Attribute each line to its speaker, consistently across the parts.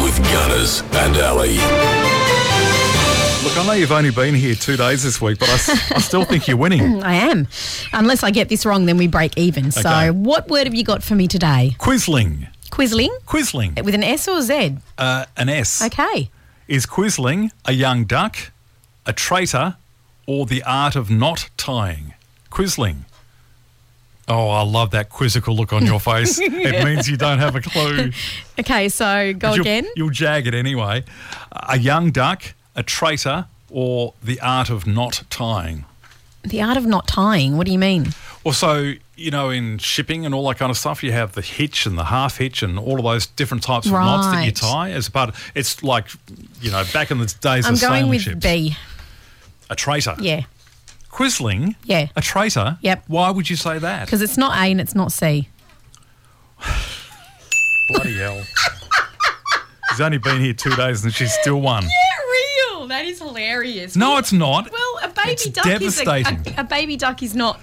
Speaker 1: with Gunners and Ali.
Speaker 2: Look, I know you've only been here two days this week, but I, s- I still think you're winning.
Speaker 3: I am. Unless I get this wrong, then we break even.
Speaker 2: Okay.
Speaker 3: So, what word have you got for me today?
Speaker 2: Quisling.
Speaker 3: Quisling
Speaker 2: Quisling.
Speaker 3: with an S or a Z?
Speaker 2: Uh, an S.
Speaker 3: Okay.
Speaker 2: Is Quisling a young duck, a traitor, or the art of not tying? Quisling. Oh, I love that quizzical look on your face. It means you don't have a clue.
Speaker 3: Okay, so go
Speaker 2: But you'll-
Speaker 3: again.
Speaker 2: You'll jag it anyway. A young duck, a traitor, or the art of not tying?
Speaker 3: The art of not tying. What do you mean?
Speaker 2: Well, so you know, in shipping and all that kind of stuff, you have the hitch and the half hitch and all of those different types of knots that you
Speaker 3: Right.
Speaker 2: tie as a part. Of, it's like you know, back in the days
Speaker 3: I'm
Speaker 2: of
Speaker 3: going
Speaker 2: sailing
Speaker 3: with
Speaker 2: ships,
Speaker 3: B.
Speaker 2: a traitor.
Speaker 3: Yeah,
Speaker 2: Quisling.
Speaker 3: Yeah.
Speaker 2: A traitor.
Speaker 3: Yep.
Speaker 2: Why would you say that?
Speaker 3: because it's not A and it's not C.
Speaker 2: Bloody hell. She's only been here two days and she's still won.
Speaker 3: Real. That is hilarious.
Speaker 2: No, it's not.
Speaker 3: Well, a baby
Speaker 2: It's
Speaker 3: duck is a,
Speaker 2: devastating.
Speaker 3: a, a baby duck is not.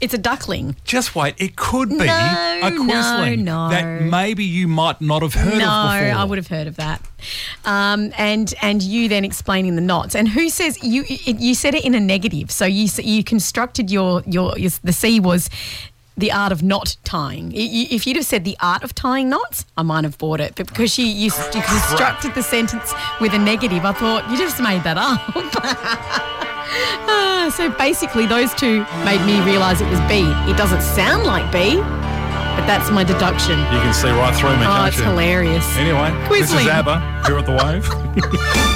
Speaker 3: It's a duckling.
Speaker 2: Just wait. It could be
Speaker 3: No,
Speaker 2: a
Speaker 3: no,
Speaker 2: Quisling
Speaker 3: no.
Speaker 2: that maybe you might not have heard
Speaker 3: No,
Speaker 2: of before.
Speaker 3: I would have heard of that. Um, and and you then explaining the knots. And who says you it- you said it in a negative? So you s- you constructed your your, your the C was. The art of not tying. I- you- If you'd have said the art of tying knots, I might have bought it. But because you, you, s- you constructed the sentence with a negative, I thought you just made that up. Ah, so basically, those two made me realise it was B. It doesn't sound like B, but that's my deduction.
Speaker 2: You can see right through me.
Speaker 3: Oh,
Speaker 2: can't
Speaker 3: it's
Speaker 2: you?
Speaker 3: hilarious.
Speaker 2: Anyway, this is
Speaker 3: Quisling.
Speaker 2: ABBA here at the Wave.